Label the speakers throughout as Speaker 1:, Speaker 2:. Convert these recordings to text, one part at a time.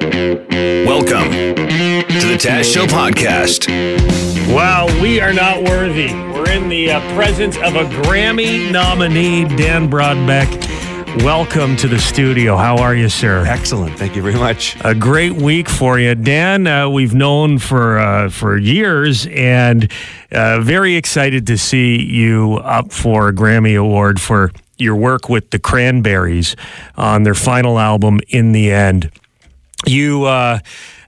Speaker 1: Welcome to the Tash Show podcast.
Speaker 2: Wow, we are not worthy. We're in the uh, presence of a Grammy nominee, Dan Broadbeck. Welcome to the studio. How are you, sir?
Speaker 3: Excellent. Thank you very much.
Speaker 2: A great week for you, Dan. Uh, we've known for uh, for years, and uh, very excited to see you up for a Grammy Award for your work with the Cranberries on their final album, In the End. You. Uh,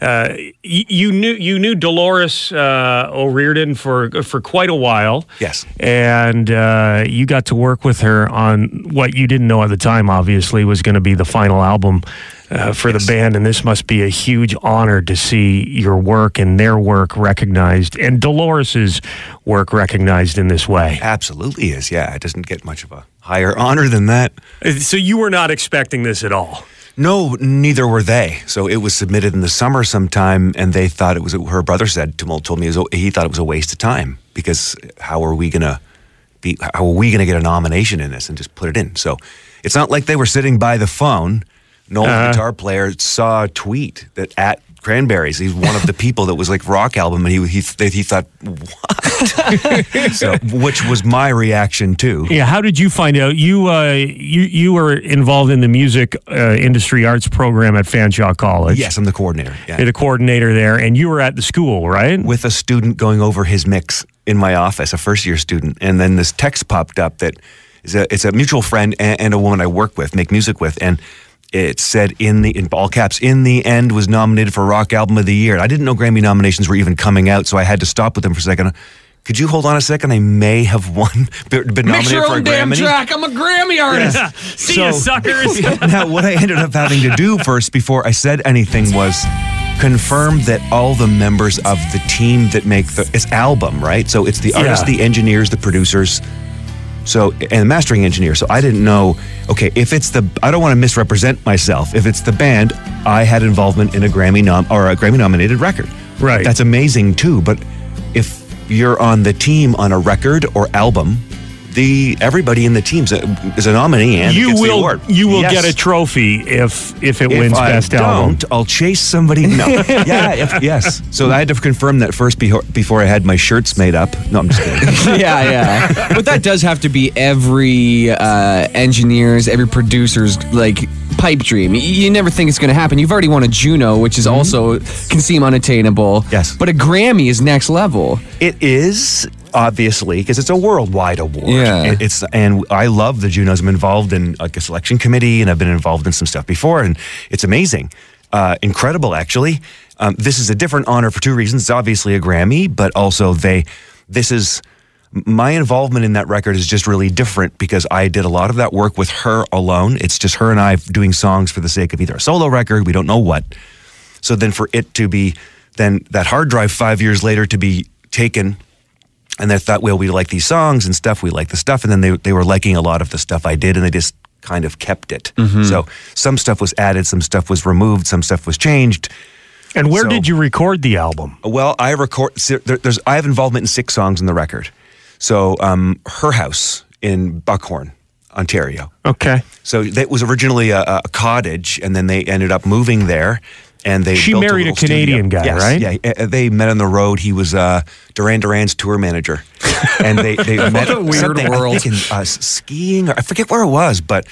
Speaker 2: uh, y- you knew you knew Dolores uh, O'Riordan for for quite a while.
Speaker 3: Yes.
Speaker 2: and uh, you got to work with her on what you didn't know at the time. Obviously, was going to be the final album uh, for the band, and this must be a huge honor to see your work and their work recognized, and Dolores's work recognized in this way.
Speaker 3: Absolutely is. Yeah, it doesn't get much of a higher honor than that.
Speaker 2: So you were not expecting this at all.
Speaker 3: No, neither were they. So it was submitted in the summer sometime, and they thought it was. Her brother said Tumult told me it was, he thought it was a waste of time because how are we gonna be? How are we gonna get a nomination in this and just put it in? So it's not like they were sitting by the phone. Noel, the guitar player, saw a tweet that at Cranberries, he's one of the people that was like rock album, and he he th- he thought what? so, which was my reaction too.
Speaker 2: Yeah, how did you find out? You uh, you you were involved in the music uh, industry arts program at Fanshawe College.
Speaker 3: Yes, I'm the coordinator. Yeah.
Speaker 2: You're the coordinator there, and you were at the school, right?
Speaker 3: with a student going over his mix in my office, a first year student, and then this text popped up that is a, it's a mutual friend and, and a woman I work with, make music with, and it said in the in all caps in the end was nominated for rock album of the year. And I didn't know Grammy nominations were even coming out, so I had to stop with them for a second. Could you hold on a second? I may have won, been nominated for a Grammy.
Speaker 4: I'm a Grammy artist.
Speaker 2: See ya,
Speaker 3: So-
Speaker 2: suckers.
Speaker 3: now, what I ended up having to do first before I said anything was confirm that all the members of the team that make the it's album, right? So it's the artists,
Speaker 2: Yeah.
Speaker 3: the engineers, the producers. So and the mastering engineer. So I didn't know. Okay, if it's the I don't want to misrepresent myself. If it's the band, I had involvement in a Grammy nom or a Grammy nominated record.
Speaker 2: Right.
Speaker 3: That's amazing too. But if you're on the team on a record or album, the everybody in the team's a, is a nominee and
Speaker 2: you
Speaker 3: gets the
Speaker 2: will
Speaker 3: award.
Speaker 2: you will
Speaker 3: Yes.
Speaker 2: get a trophy if if it
Speaker 3: If
Speaker 2: wins
Speaker 3: I
Speaker 2: best
Speaker 3: don't,
Speaker 2: album.
Speaker 3: I'll chase somebody. No. yeah. If, yes. So I had to confirm that first before, before I had my shirts made up. No, I'm just kidding.
Speaker 4: yeah, yeah. But that does have to be every uh, engineer's, every producer's like pipe dream. Y- You never think it's going to happen. You've already won a Juno, which is also can seem unattainable.
Speaker 3: Yes.
Speaker 4: But a Grammy is next level.
Speaker 3: it is obviously because it's a worldwide award.
Speaker 4: Yeah.
Speaker 3: It- it's and I love the Junos. I'm involved in like a selection committee, and I've been involved in some stuff before, and it's amazing, uh, incredible actually. Um, this is a different honor for two reasons. It's obviously a Grammy, but also they. This is my involvement in that record is just really different because I did a lot of that work with her alone. It's just her and I doing songs for the sake of either a solo record, we don't know what. So then for it to be then that hard drive five years later to be taken and they thought, well, we like these songs and stuff, we like the stuff. And then they they were liking a lot of the stuff I did and they just kind of kept it. So some stuff was added, some stuff was removed, some stuff was changed.
Speaker 2: And where
Speaker 3: So-
Speaker 2: did you record the album?
Speaker 3: Well, I record. so There, there's I have involvement in six songs in the record. So, um, her house in Buckhorn, Ontario.
Speaker 2: Okay.
Speaker 3: So that was originally a, a cottage, and then they ended up moving there. And they
Speaker 2: She
Speaker 3: built
Speaker 2: married a
Speaker 3: little studio.
Speaker 2: Canadian guy,
Speaker 3: Yes,
Speaker 2: right?
Speaker 3: Yeah, uh, they met on the road. He was uh, Duran Duran's tour manager, and they they met
Speaker 4: a weird
Speaker 3: something, I
Speaker 4: world.
Speaker 3: think, in, uh, skiing, or I forget where it was, but.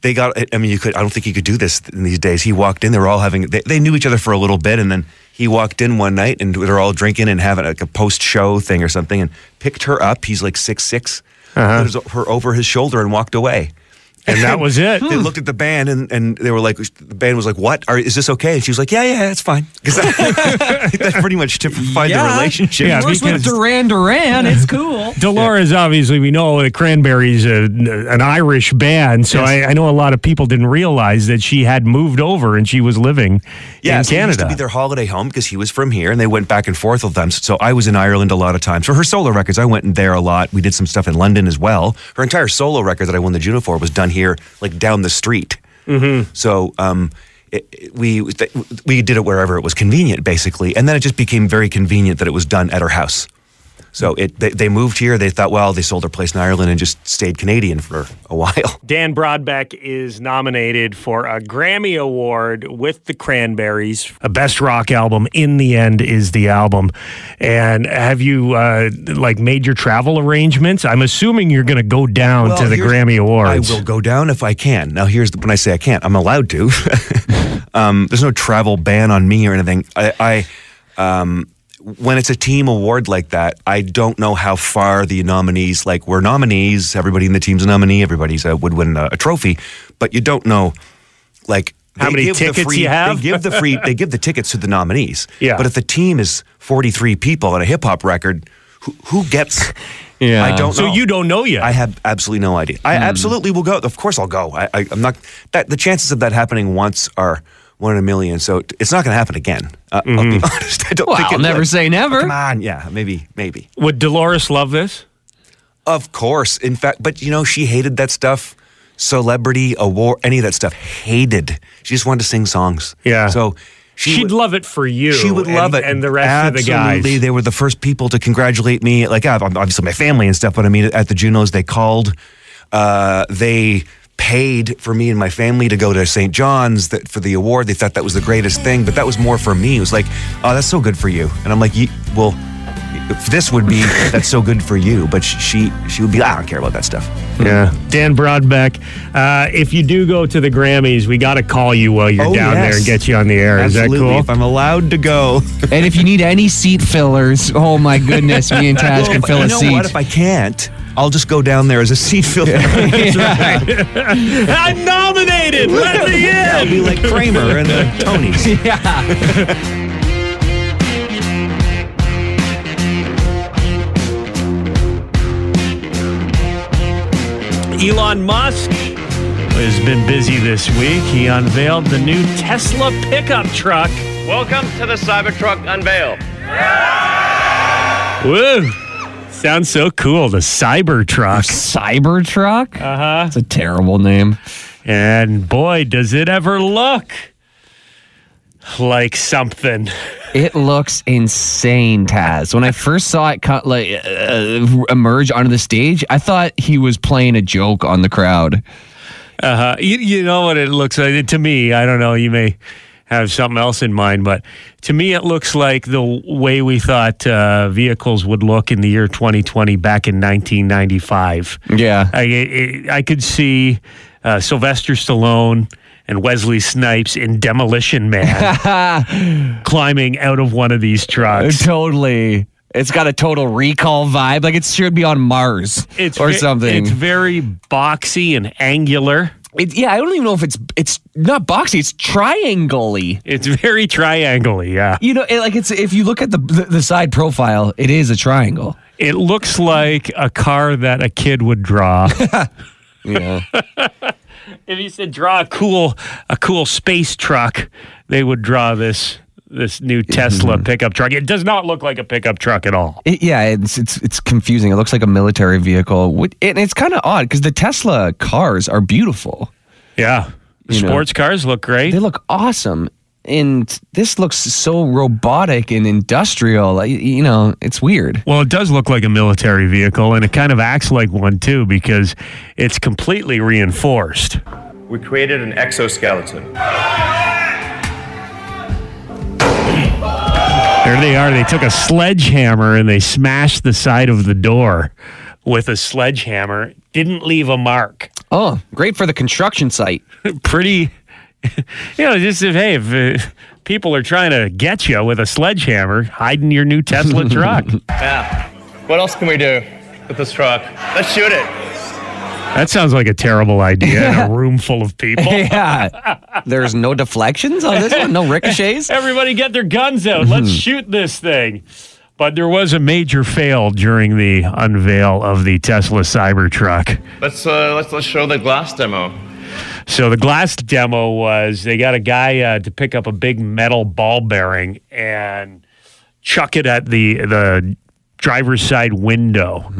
Speaker 3: They got. I mean, you could. I don't think you could do this in these days. He walked in. They were all having. They, they knew each other for a little bit, and then he walked in one night, and they're all drinking and having like a post-show thing or something, and picked her up. He's like six
Speaker 2: Uh-huh.
Speaker 3: put his- her over his shoulder, and walked away.
Speaker 2: And that was it.
Speaker 3: They looked at the band and, and they were like, the band was like, "What Are, is this okay?" And she was like, "Yeah, yeah, it's fine." Because that, that pretty much typified
Speaker 4: Yeah.
Speaker 3: the relationship.
Speaker 2: Yeah,
Speaker 4: Works with
Speaker 2: because-
Speaker 4: Duran Duran. It's cool.
Speaker 2: Dolores, obviously, we know the Cranberries, a, an Irish band, so I, I know a lot of people didn't realize that she had moved over and she was living
Speaker 3: yeah,
Speaker 2: in
Speaker 3: so it used
Speaker 2: Canada.
Speaker 3: to be their holiday home because he was from here, and they went back and forth with them. So I was in Ireland a lot of times for her solo records. I went in there a lot. We did some stuff in London as well. Her entire solo record that I won the Juno for was done here, like down the street. Mm-hmm. So um, it, it- we we did it wherever it was convenient, basically, and then it just became very convenient that it was done at her house. So it they, they moved here. They thought, well, they sold their place in Ireland and just stayed Canadian for a while.
Speaker 2: Dan Broadbeck is nominated for a Grammy Award with the Cranberries. A best rock album in the end is the album. And have you uh, like made your travel arrangements? I'm assuming you're going to go down
Speaker 3: Well,
Speaker 2: to the
Speaker 3: here's-
Speaker 2: Grammy Awards.
Speaker 3: I will go down if I can. Now, here's the, when I say I can't, I'm allowed to. um, there's no travel ban on me or anything. I, I um, when it's a team award like that, I don't know how far the nominees like we're nominees. Everybody in the team's a nominee. Everybody's a, would win a, a trophy, but you don't know like.
Speaker 2: How
Speaker 3: they
Speaker 2: many
Speaker 3: give the
Speaker 2: tickets
Speaker 3: free-
Speaker 2: you have?
Speaker 3: They give the free. They give the tickets to the nominees.
Speaker 2: Yeah.
Speaker 3: But if the team is 43 people on a hip hop record, who, who gets?
Speaker 4: Yeah.
Speaker 3: I don't.
Speaker 2: so
Speaker 3: know.
Speaker 2: you don't know yet.
Speaker 3: I have absolutely no idea.
Speaker 4: Hmm.
Speaker 3: I absolutely will go. Of course, I'll go. I, I, I'm not. That the chances of that happening once are one in a million. So t- it's not going to happen again. Uh, I'll be honest. I don't
Speaker 4: Mm-hmm. Well,
Speaker 3: think it
Speaker 4: I'll never
Speaker 3: would.
Speaker 4: say never.
Speaker 3: Come on, yeah, maybe, maybe.
Speaker 2: Would Dolores love this?
Speaker 3: Of course. In fact, but you know, she hated that stuff. Celebrity award, any of that stuff, hated. She just wanted to sing songs.
Speaker 2: Yeah.
Speaker 3: So she
Speaker 2: She'd
Speaker 3: would-
Speaker 2: love it for you.
Speaker 3: She would
Speaker 2: and-
Speaker 3: love it.
Speaker 2: And the rest
Speaker 3: Absolutely.
Speaker 2: of the guys.
Speaker 3: They were the first people to congratulate me. Like, ob- obviously, my family and stuff, but I mean, at the Junos, they called. Uh, they paid for me and my family to go to St. John's that, for the award. They thought that was the greatest thing, but that was more for me. It was like, oh, that's so good for you. And I'm like, "Ye- well, if this would be, that's so good for you. But sh- she, she would be, I don't care about that stuff.
Speaker 2: Yeah. Dan Broadbeck, uh, if you do go to the Grammys, we got to call you while you're
Speaker 3: Oh,
Speaker 2: down there
Speaker 3: yes.
Speaker 2: and get you on the air.
Speaker 3: Absolutely.
Speaker 2: Is that cool?
Speaker 3: If I'm allowed to go.
Speaker 4: And if you need any seat fillers, oh my goodness, me and Taj can
Speaker 3: Well,
Speaker 4: fill
Speaker 3: you
Speaker 4: a
Speaker 3: know
Speaker 4: seat.
Speaker 3: what? If I can't, I'll just go down there as a seat filler.
Speaker 2: I'm nominated. Let me
Speaker 3: I'll
Speaker 2: in.
Speaker 3: be like Kramer and the Tonys.
Speaker 2: Elon Musk has been busy this week. He unveiled the new Tesla pickup truck.
Speaker 5: Welcome to the Cybertruck unveil.
Speaker 2: Woo! Sounds so cool. The Cybertruck.
Speaker 4: Cybertruck? Uh huh. It's a terrible name.
Speaker 2: And boy, does it ever look like something.
Speaker 4: It looks insane, Taz. When I first saw it cut, like uh, emerge onto the stage, I thought he was playing a joke on the crowd.
Speaker 2: Uh, you, you know what it looks like to me. I don't know. You may have something else in mind, but to me, it looks like the way we thought uh, vehicles would look in the year 2020 back in 1995.
Speaker 4: Yeah.
Speaker 2: I, it, I could see uh, Sylvester Stallone and Wesley Snipes in Demolition Man climbing out of one of these trucks.
Speaker 4: Uh, Totally. It's got a total recall vibe. Like it should be on Mars or
Speaker 2: ve-
Speaker 4: something.
Speaker 2: It's very boxy and angular.
Speaker 4: It- yeah, I don't even know if it's it's not boxy. It's triangle-y.
Speaker 2: It's very triangle yeah.
Speaker 4: You know, it, like it's if you look at the, the the side profile, it is a triangle.
Speaker 2: It looks like a car that a kid would draw.
Speaker 4: Yeah.
Speaker 2: if you said draw a cool a cool space truck, they would draw this this new Tesla
Speaker 4: Mm-hmm.
Speaker 2: pickup truck. It does not look like a pickup truck at all.
Speaker 4: It, yeah, it's, it's it's confusing. It looks like a military vehicle, What- and it's kind of odd because the Tesla cars are beautiful.
Speaker 2: Yeah.
Speaker 4: You know.
Speaker 2: Sports cars look great.
Speaker 4: They look awesome, and this looks so robotic and industrial. Like, you know, it's weird.
Speaker 2: Well, it does look like a military vehicle and it kind of acts like one too because it's completely reinforced.
Speaker 5: We created an exoskeleton.
Speaker 2: There they are. They took a sledgehammer and they smashed the side of the door with a sledgehammer. Didn't leave a mark.
Speaker 4: Oh, great for the construction site.
Speaker 2: Pretty, you know, just if, hey, if uh, people are trying to get you with a sledgehammer, hide in your new Tesla truck.
Speaker 5: Now, what else can we do with this truck? Let's shoot it.
Speaker 2: That sounds like a terrible idea in a room full of people.
Speaker 4: Yeah, there's no deflections on this one. No ricochets.
Speaker 2: Everybody get their guns out. Let's shoot this thing. Hmm. But there was a major fail during the unveil of the Tesla Cybertruck.
Speaker 5: Let's uh, let's let's show the glass demo.
Speaker 2: So the glass demo was they got a guy uh, to pick up a big metal ball bearing and chuck it at the the driver's side window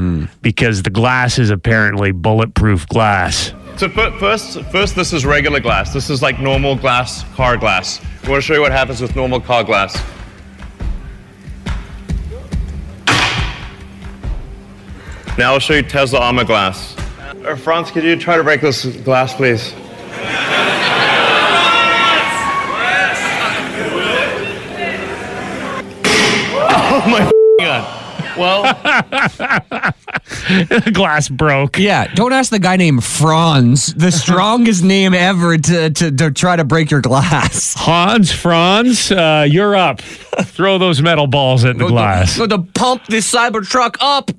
Speaker 2: because the glass is apparently bulletproof glass.
Speaker 5: So fir- first, first this is regular glass. This is like normal glass, car glass. We want to show you what happens with normal car glass. Now I'll show you Tesla armor glass. Uh, Franz, could you try to break this glass, please? Oh my god. Well,
Speaker 2: The glass broke.
Speaker 4: Yeah, don't ask the guy named Franz, the strongest name ever to, to, to try to break your glass.
Speaker 2: Hans, Franz, uh, you're up. Throw those metal balls at the glass.
Speaker 4: Going to pump this Cybertruck up.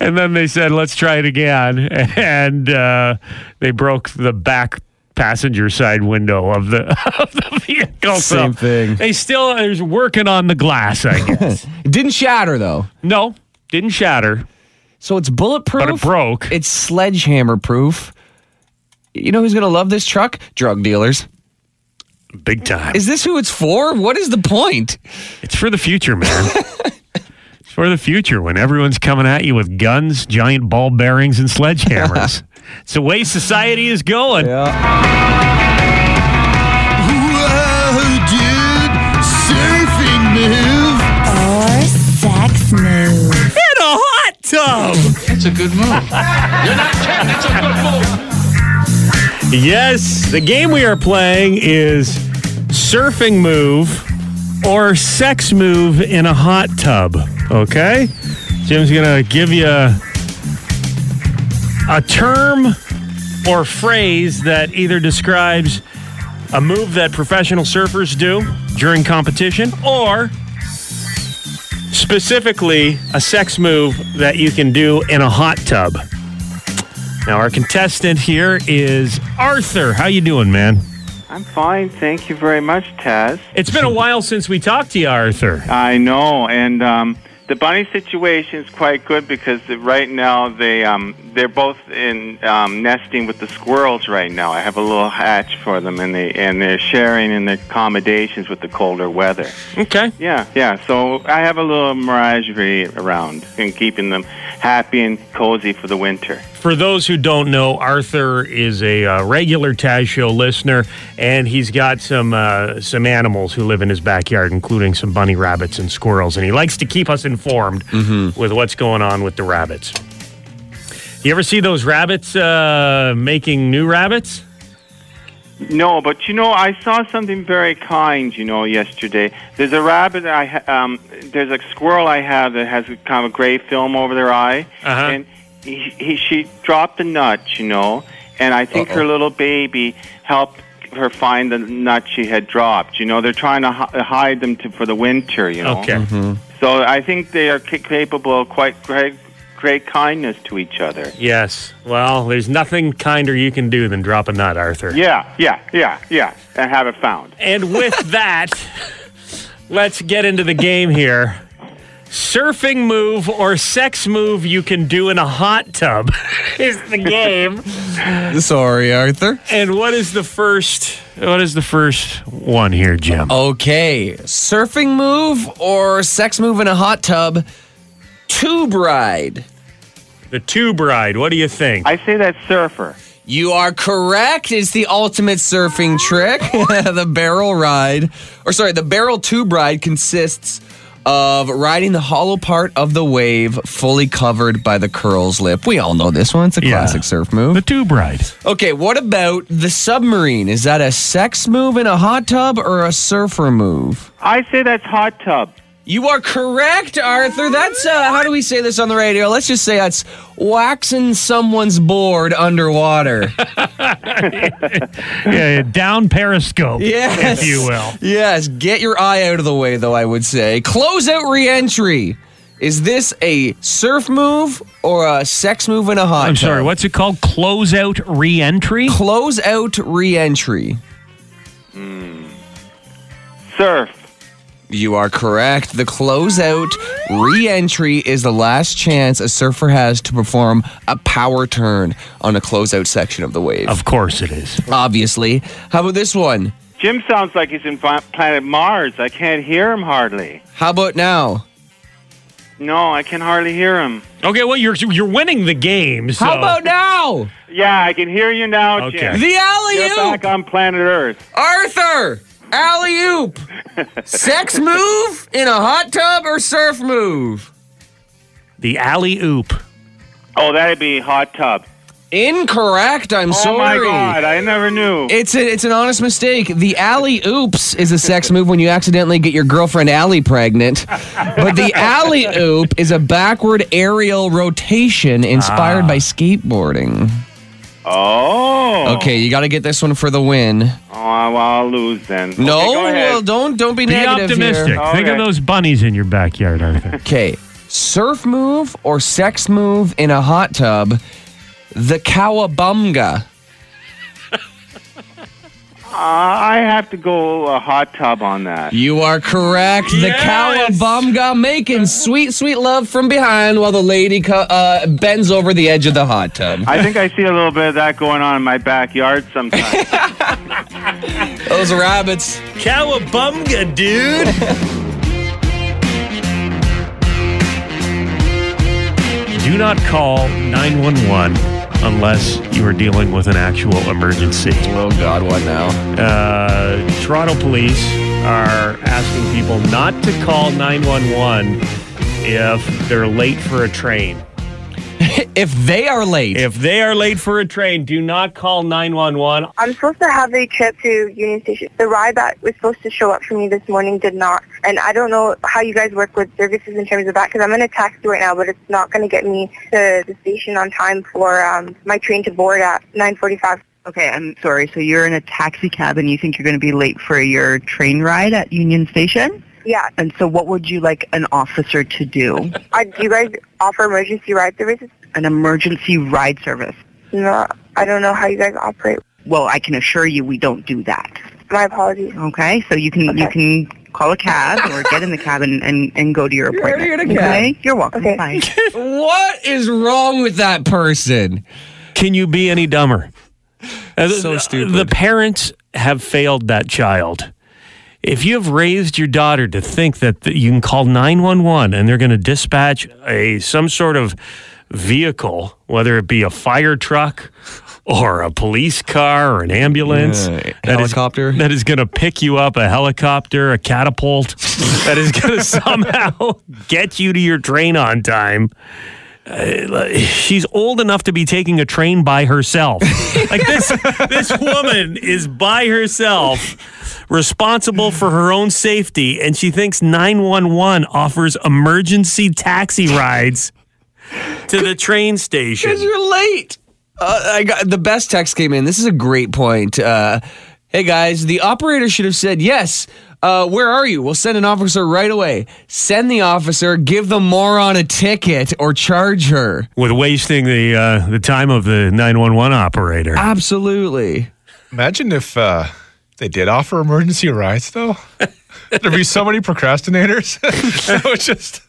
Speaker 2: And then they said, let's try it again. And uh, they broke the back passenger side window of the, of the vehicle.
Speaker 4: Same thing.
Speaker 2: They still are working on the glass, I guess.
Speaker 4: It didn't shatter though.
Speaker 2: no, didn't shatter.
Speaker 4: So it's bulletproof.
Speaker 2: But it broke.
Speaker 4: It's sledgehammer proof. You know who's going to love this truck? Drug dealers.
Speaker 2: Big time.
Speaker 4: Is this who it's for? What is the point?
Speaker 2: It's for the future, man. it's for the future when everyone's coming at you with guns, giant ball bearings, and sledgehammers. it's the way society is going.
Speaker 6: Or sex move.
Speaker 2: In a hot tub. It's a good move. You're not kidding. It's a good move. Yes, the game we are playing is surfing move or sex move in a hot tub. Okay? Jim's going to give you a, a term or phrase that either describes a move that professional surfers do during competition or specifically a sex move that you can do in a hot tub. Now our contestant here is Arthur. How you doing, man?
Speaker 7: I'm fine, thank you very much, Taz.
Speaker 2: It's been a while since we talked to you, Arthur.
Speaker 7: I know, and um, the bunny situation is quite good because the- right now they um, they're both in um, nesting with the squirrels right now. I have a little hatch for them, and they and they're sharing in their accommodations with the colder weather.
Speaker 2: Okay.
Speaker 7: Yeah, yeah. So I have a little menagerie around and keeping them happy and cozy for the winter.
Speaker 2: For those who don't know, Arthur is a uh, regular Taz Show listener, and he's got some uh, some animals who live in his backyard, including some bunny rabbits and squirrels, and he likes to keep us informed with what's going on with the rabbits. You ever see those rabbits uh, making new rabbits?
Speaker 7: No, but you know, I saw something very kind. You know, yesterday there's a rabbit. I ha- um, there's a squirrel I have that has a kind of a gray film over their eye,
Speaker 2: Uh-huh.
Speaker 7: and he, he, she dropped a nut. You know, and I think her little baby helped her find the nut she had dropped. You know, they're trying to hi- hide them to, for the winter. You know,
Speaker 2: Okay.
Speaker 7: so I think they are ca- capable of quite great, great kindness to each other.
Speaker 2: Yes. Well, there's nothing kinder you can do than drop a nut, Arthur.
Speaker 7: Yeah, yeah, yeah, yeah, and have it found.
Speaker 2: And with that, let's get into the game here. Surfing move or sex move you can do in a hot tub is the game.
Speaker 4: Sorry, Arthur.
Speaker 2: and what is the first? What is the first one here, Jim?
Speaker 4: Oh. Okay, surfing move or sex move in a hot tub? Tube ride.
Speaker 2: The tube ride. What do you think?
Speaker 7: I say that surfer.
Speaker 4: You are correct. It's the ultimate surfing trick. the barrel ride, or sorry, the barrel tube ride consists of riding the hollow part of the wave fully covered by the curls lip. We all know this one. It's a
Speaker 2: Yeah.
Speaker 4: classic surf move.
Speaker 2: the tube ride.
Speaker 4: Okay, what about the submarine? Is that a sex move in a hot tub or a surfer move?
Speaker 7: I say that's hot tub.
Speaker 4: You are correct, Arthur. That's uh, how do we say this on the radio? Let's just say that's waxing someone's board underwater.
Speaker 2: Yeah, yeah, down periscope,
Speaker 4: Yes.
Speaker 2: if you will.
Speaker 4: yes, get your eye out of the way, though. I would say close out reentry. Is this a surf move or a sex move in a hot
Speaker 2: I'm
Speaker 4: tub?
Speaker 2: sorry. What's it called? Closeout reentry.
Speaker 4: Close out reentry.
Speaker 7: Surf.
Speaker 4: You are correct. The closeout re-entry is the last chance a surfer has to perform a power turn on a closeout section of the wave.
Speaker 2: Of course it is.
Speaker 4: Obviously. How about this one?
Speaker 7: Jim sounds like he's in fi- planet Mars. I can't hear him hardly.
Speaker 4: How about now?
Speaker 7: No, I can hardly hear him.
Speaker 2: Okay, well you're you're winning the game. So.
Speaker 4: How about now?
Speaker 7: Yeah, I can hear you now,
Speaker 2: Okay.
Speaker 7: Jim.
Speaker 4: The
Speaker 7: You're
Speaker 4: alley-oop!
Speaker 7: back on planet Earth.
Speaker 4: Arthur! Alley-oop! Sex move in a hot tub or surf move?
Speaker 2: the alley oop?
Speaker 7: Oh, that'd be hot tub.
Speaker 4: Incorrect. I'm
Speaker 7: Oh
Speaker 4: sorry.
Speaker 7: my God, I never knew.
Speaker 4: It's a, it's an honest mistake. The alley oops is a sex move when you accidentally get your girlfriend alley pregnant, but the alley oop is a backward aerial rotation inspired by skateboarding.
Speaker 7: oh.
Speaker 4: Okay, you got to get this one for the win.
Speaker 7: Oh, well, I'll lose then.
Speaker 4: No,
Speaker 7: Okay, go ahead.
Speaker 4: well, don't don't be,
Speaker 2: Be
Speaker 4: negative
Speaker 2: optimistic.
Speaker 4: here.
Speaker 2: Think of
Speaker 7: Okay.
Speaker 2: those bunnies in your backyard, Arthur.
Speaker 4: Okay, surf move or sex move in a hot tub. The cowabunga.
Speaker 7: Uh, I have to go a hot tub on that.
Speaker 4: You are correct. The
Speaker 2: Yes.
Speaker 4: cowabunga making sweet, sweet love from behind while the lady co- uh, bends over the edge of the hot tub.
Speaker 7: I think I see a little bit of that going on in my backyard sometimes.
Speaker 4: Those rabbits.
Speaker 2: Cowabunga, dude. Do not call 911 unless you are dealing with an actual emergency.
Speaker 4: Oh God, what now?
Speaker 2: Uh, Toronto police are asking people not to call 911 if they're late for a train.
Speaker 4: If they are late,
Speaker 2: If they are late for a train, do not call 911.
Speaker 8: I'm supposed to have a trip to Union Station. The ride that was supposed to show up for me this morning did not. And I don't know how you guys work with services in terms of that because I'm in a taxi right now, but it's not going to get me to the station on time for um, my train to board at 9.45.
Speaker 9: Okay, I'm sorry. So you're in a taxi cab and you think you're going to be late for your train ride at Union Station?
Speaker 8: Yeah.
Speaker 9: And so what would you like an officer to do?
Speaker 8: I, do you guys offer emergency ride services?
Speaker 9: an emergency ride service.
Speaker 8: No, I don't know how you guys operate.
Speaker 9: Well, I can assure you we don't do that.
Speaker 8: My apologies.
Speaker 9: Okay? So you can you can call a cab or get in the cab and, and, and go to your appointment.
Speaker 4: already in a cab.
Speaker 9: Okay? You're welcome.
Speaker 8: Okay.
Speaker 9: Bye.
Speaker 4: what is wrong with that person?
Speaker 2: Can you be any dumber? Uh,
Speaker 4: So
Speaker 2: the-
Speaker 4: stupid.
Speaker 2: The parents have failed that child. If you have raised your daughter to think that th- you can call 911 and they're going to dispatch a some sort of vehicle, whether it be a fire truck or a police car or an ambulance,
Speaker 4: Yeah,
Speaker 2: that is-
Speaker 4: helicopter.
Speaker 2: that is going to pick you up, a helicopter, a catapult, that is going to somehow get you to your train on time Uh, she's old enough to be taking a train by herself. like this this woman is by herself responsible for her own safety and she thinks 911 offers emergency taxi rides to the train station.
Speaker 4: You're late. Uh, I got the best text came in. This is a great point. Uh, hey guys, the operator should have said yes. Uh, where are you? We'll send an officer right away. Send the officer. Give the moron a ticket or charge her.
Speaker 2: With wasting the uh, the time of the 911 operator.
Speaker 4: Absolutely.
Speaker 10: Imagine if uh, they did offer emergency rides, though. There'd be so many procrastinators. that would just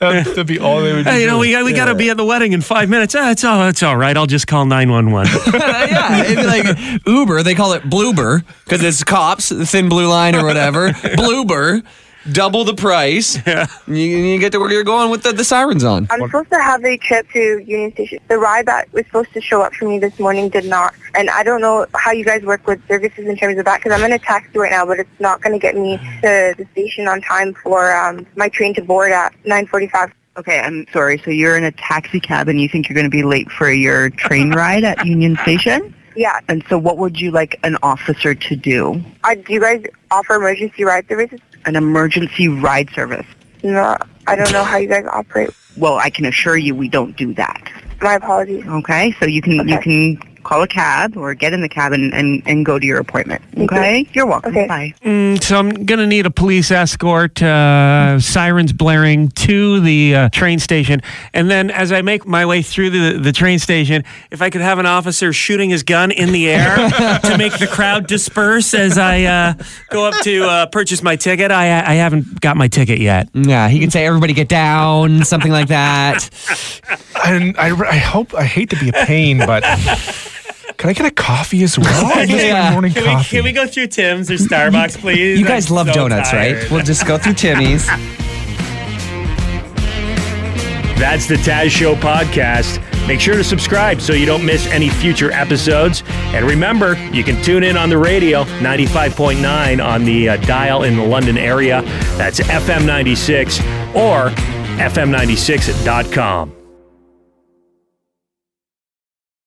Speaker 10: that'd, that'd be all they would.
Speaker 2: Hey,
Speaker 10: be
Speaker 2: you know, we,
Speaker 10: doing.
Speaker 2: got- we got to be at the wedding in five minutes. Ah, it's all, it's all right. I'll just call 911.
Speaker 4: yeah, it'd be like Uber. They call it Bloober because it's cops, the thin blue line or whatever. Bloober, double the price. Yeah. You, you get to where you're going with the, the sirens on.
Speaker 8: I'm supposed to have a trip to Union Station. The ride that was supposed to show up for me this morning did not. And I don't know how you guys work with services in terms of that because I'm in a taxi right now, but it's not going to get me to the station on time for um, my train to board at 9.45.
Speaker 9: Okay, I'm sorry. So you're in a taxi cab and you think you're going to be late for your train ride at Union Station?
Speaker 8: Yeah.
Speaker 9: And so what would you like an officer to do?
Speaker 8: I, do you guys offer emergency ride services?
Speaker 9: An emergency ride service.
Speaker 8: No, I don't know how you guys operate.
Speaker 9: Well, I can assure you we don't do that.
Speaker 8: My apologies.
Speaker 9: Okay, so you can you
Speaker 8: Okay.
Speaker 9: can call a cab or get in the cab and, and, and go to your appointment. Okay, you're welcome.
Speaker 8: Okay.
Speaker 9: Bye.
Speaker 2: Mm, so I'm going to need a police escort, uh, sirens blaring to the uh, train station. And then as I make my way through the, the train station, if I could have an officer shooting his gun in the air to make the crowd disperse as I uh, go up to uh, purchase my ticket. I, I haven't got my ticket yet.
Speaker 4: Yeah, he can say everybody get down, something like that.
Speaker 10: And I, I hope I hate to be a pain, but can I get a coffee as well? I just
Speaker 4: Yeah.
Speaker 10: my morning coffee.
Speaker 2: go through Tim's or Starbucks, please?
Speaker 4: You guys love donuts, right? We'll just go through Timmy's.
Speaker 2: That's the Taz Show podcast. Make sure to subscribe so you don't miss any future episodes. And remember, you can tune in on the radio, 95.9 on the uh, dial in the London area. That's FM 96 or FM96.com.